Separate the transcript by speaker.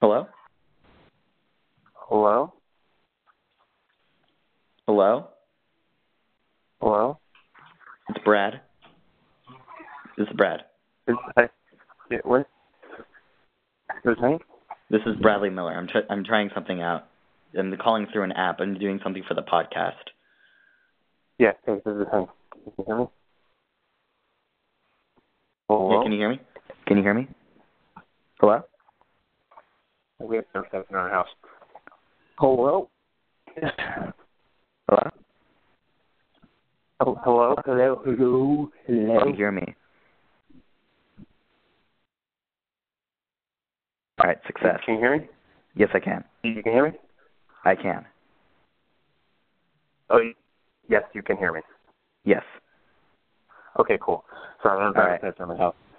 Speaker 1: Hello?
Speaker 2: Hello?
Speaker 1: Hello?
Speaker 2: Hello?
Speaker 1: It's Brad. This is Brad.
Speaker 2: Is I, yeah, what? Who's name?
Speaker 1: This is Bradley Miller. I'm try- I'm trying something out. I'm calling through an app. I'm doing something for the podcast.
Speaker 2: Yeah, hey, this is him. Can you hear me?
Speaker 1: Yeah,
Speaker 2: Hello?
Speaker 1: can you hear me? Can you hear me? Hello?
Speaker 2: We have service in our house. Hello?
Speaker 1: Hello?
Speaker 2: Oh, hello? Hello? Hello?
Speaker 1: Can you
Speaker 2: Hello?
Speaker 1: hear me? All right, success.
Speaker 2: Can you hear me?
Speaker 1: Yes, I can.
Speaker 2: You can hear me?
Speaker 1: I can.
Speaker 2: Oh, y- yes, you can hear me.
Speaker 1: Yes.
Speaker 2: Okay, cool. Sorry, I'm
Speaker 1: All right.
Speaker 2: in my house.